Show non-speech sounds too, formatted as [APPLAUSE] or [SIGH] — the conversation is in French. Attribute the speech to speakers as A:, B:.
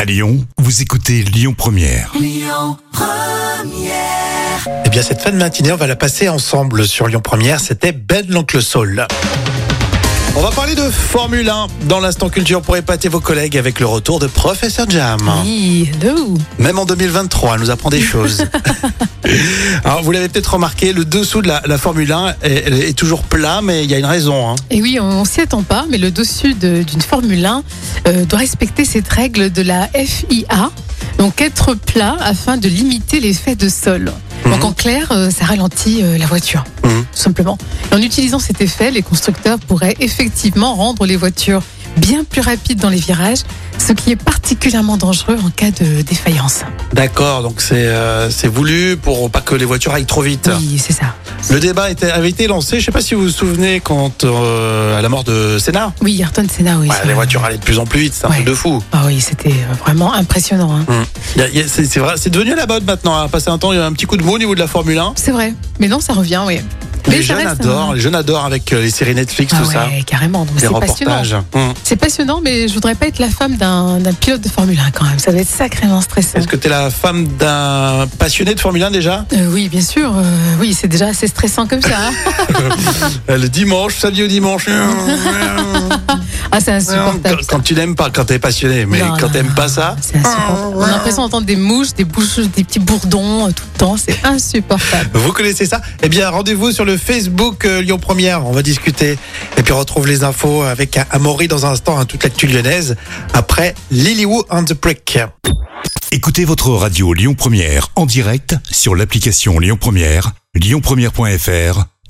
A: À Lyon, vous écoutez Lyon Première.
B: Eh bien, cette fin de matinée, on va la passer ensemble sur Lyon Première. C'était Ben l'oncle Saul. On va parler de Formule 1 dans l'instant culture pour épater vos collègues avec le retour de Professeur Jam.
C: Oui, de où
B: Même en 2023, elle nous apprend des
C: [LAUGHS]
B: choses. Alors, vous l'avez peut-être remarqué, le dessous de la, la Formule 1 est, elle est toujours plat, mais il y a une raison. hein.
C: Et oui, on, on s'y attend pas, mais le dessus de- d'une Formule 1 euh, doit respecter cette règle de la FIA, donc être plat afin de limiter l'effet de sol. Donc
B: Mhm.
C: en clair, euh, ça ralentit euh, la voiture,
B: Mhm.
C: tout simplement. Et en utilisant cet effet, les constructeurs pourraient effectivement rendre les voitures bien plus rapides dans les virages, ce qui est particulièrement dangereux en cas de défaillance.
B: D'accord, donc c'est euh, c'est voulu pour pas que les voitures aillent trop vite.
C: Oui, c'est ça.
B: Le débat était- avait été lancé, je ne sais pas si vous vous souvenez, quand euh, à la mort de Senna,
C: Oui, Ayrton Senna, oui.
B: Ouais,
C: ça-
B: les voitures allaient de plus en plus vite, c'est un
C: Ouais.
B: truc de fou.
C: Ah oui, c'était euh, vraiment impressionnant. hein.
B: Il y a- il y a- C'est c'est vrai, c'est devenu la mode maintenant. À passer un temps, il y a un petit coup de mot au niveau de la Formule 1.
C: C'est vrai. Mais non, ça revient, oui. Mais
B: Les
C: ça
B: jeunes
C: reste un-
B: adorent, les jeunes adorent avec euh, les séries Netflix,
C: Ah
B: tout
C: ouais,
B: ça,
C: carrément. Donc,
B: les
C: c'est passionnant.
B: reportages. Hum.
C: C'est passionnant, mais je voudrais pas être la femme d'un d'un pilote de Formule 1 quand même. Ça va être sacrément stressant.
B: Est-ce que t'es la femme d'un passionné de Formule 1 déjà
C: Euh, oui, bien sûr. euh, oui, c'est déjà assez stressant comme ça.
B: [LAUGHS]
C: hein.
B: Euh, Le dimanche, samedi au
C: [LAUGHS]
B: dimanche.
C: ah, c'est insupportable.
B: quand,
C: ça.
B: quand tu n'aimes pas, quand t'es passionné, mais
C: Non,
B: quand
C: non,
B: t'aimes
C: non,
B: pas
C: non,
B: ça,
C: c'est
B: Ah,
C: insupportable. On a l'impression d'entendre des mouches, des bouches, des petits bourdons euh, tout le temps. C'est insupportable.
B: vous connaissez ça Eh bien, rendez-vous sur le Facebook euh, Lyon Première. On va discuter et puis on retrouve les infos avec euh, Amaury dans un instant, hein, toute l'actu lyonnaise après Lilywood and the Brick.
A: Écoutez votre radio Lyon Première en direct sur l'application Lyon Première, lyonpremière.fr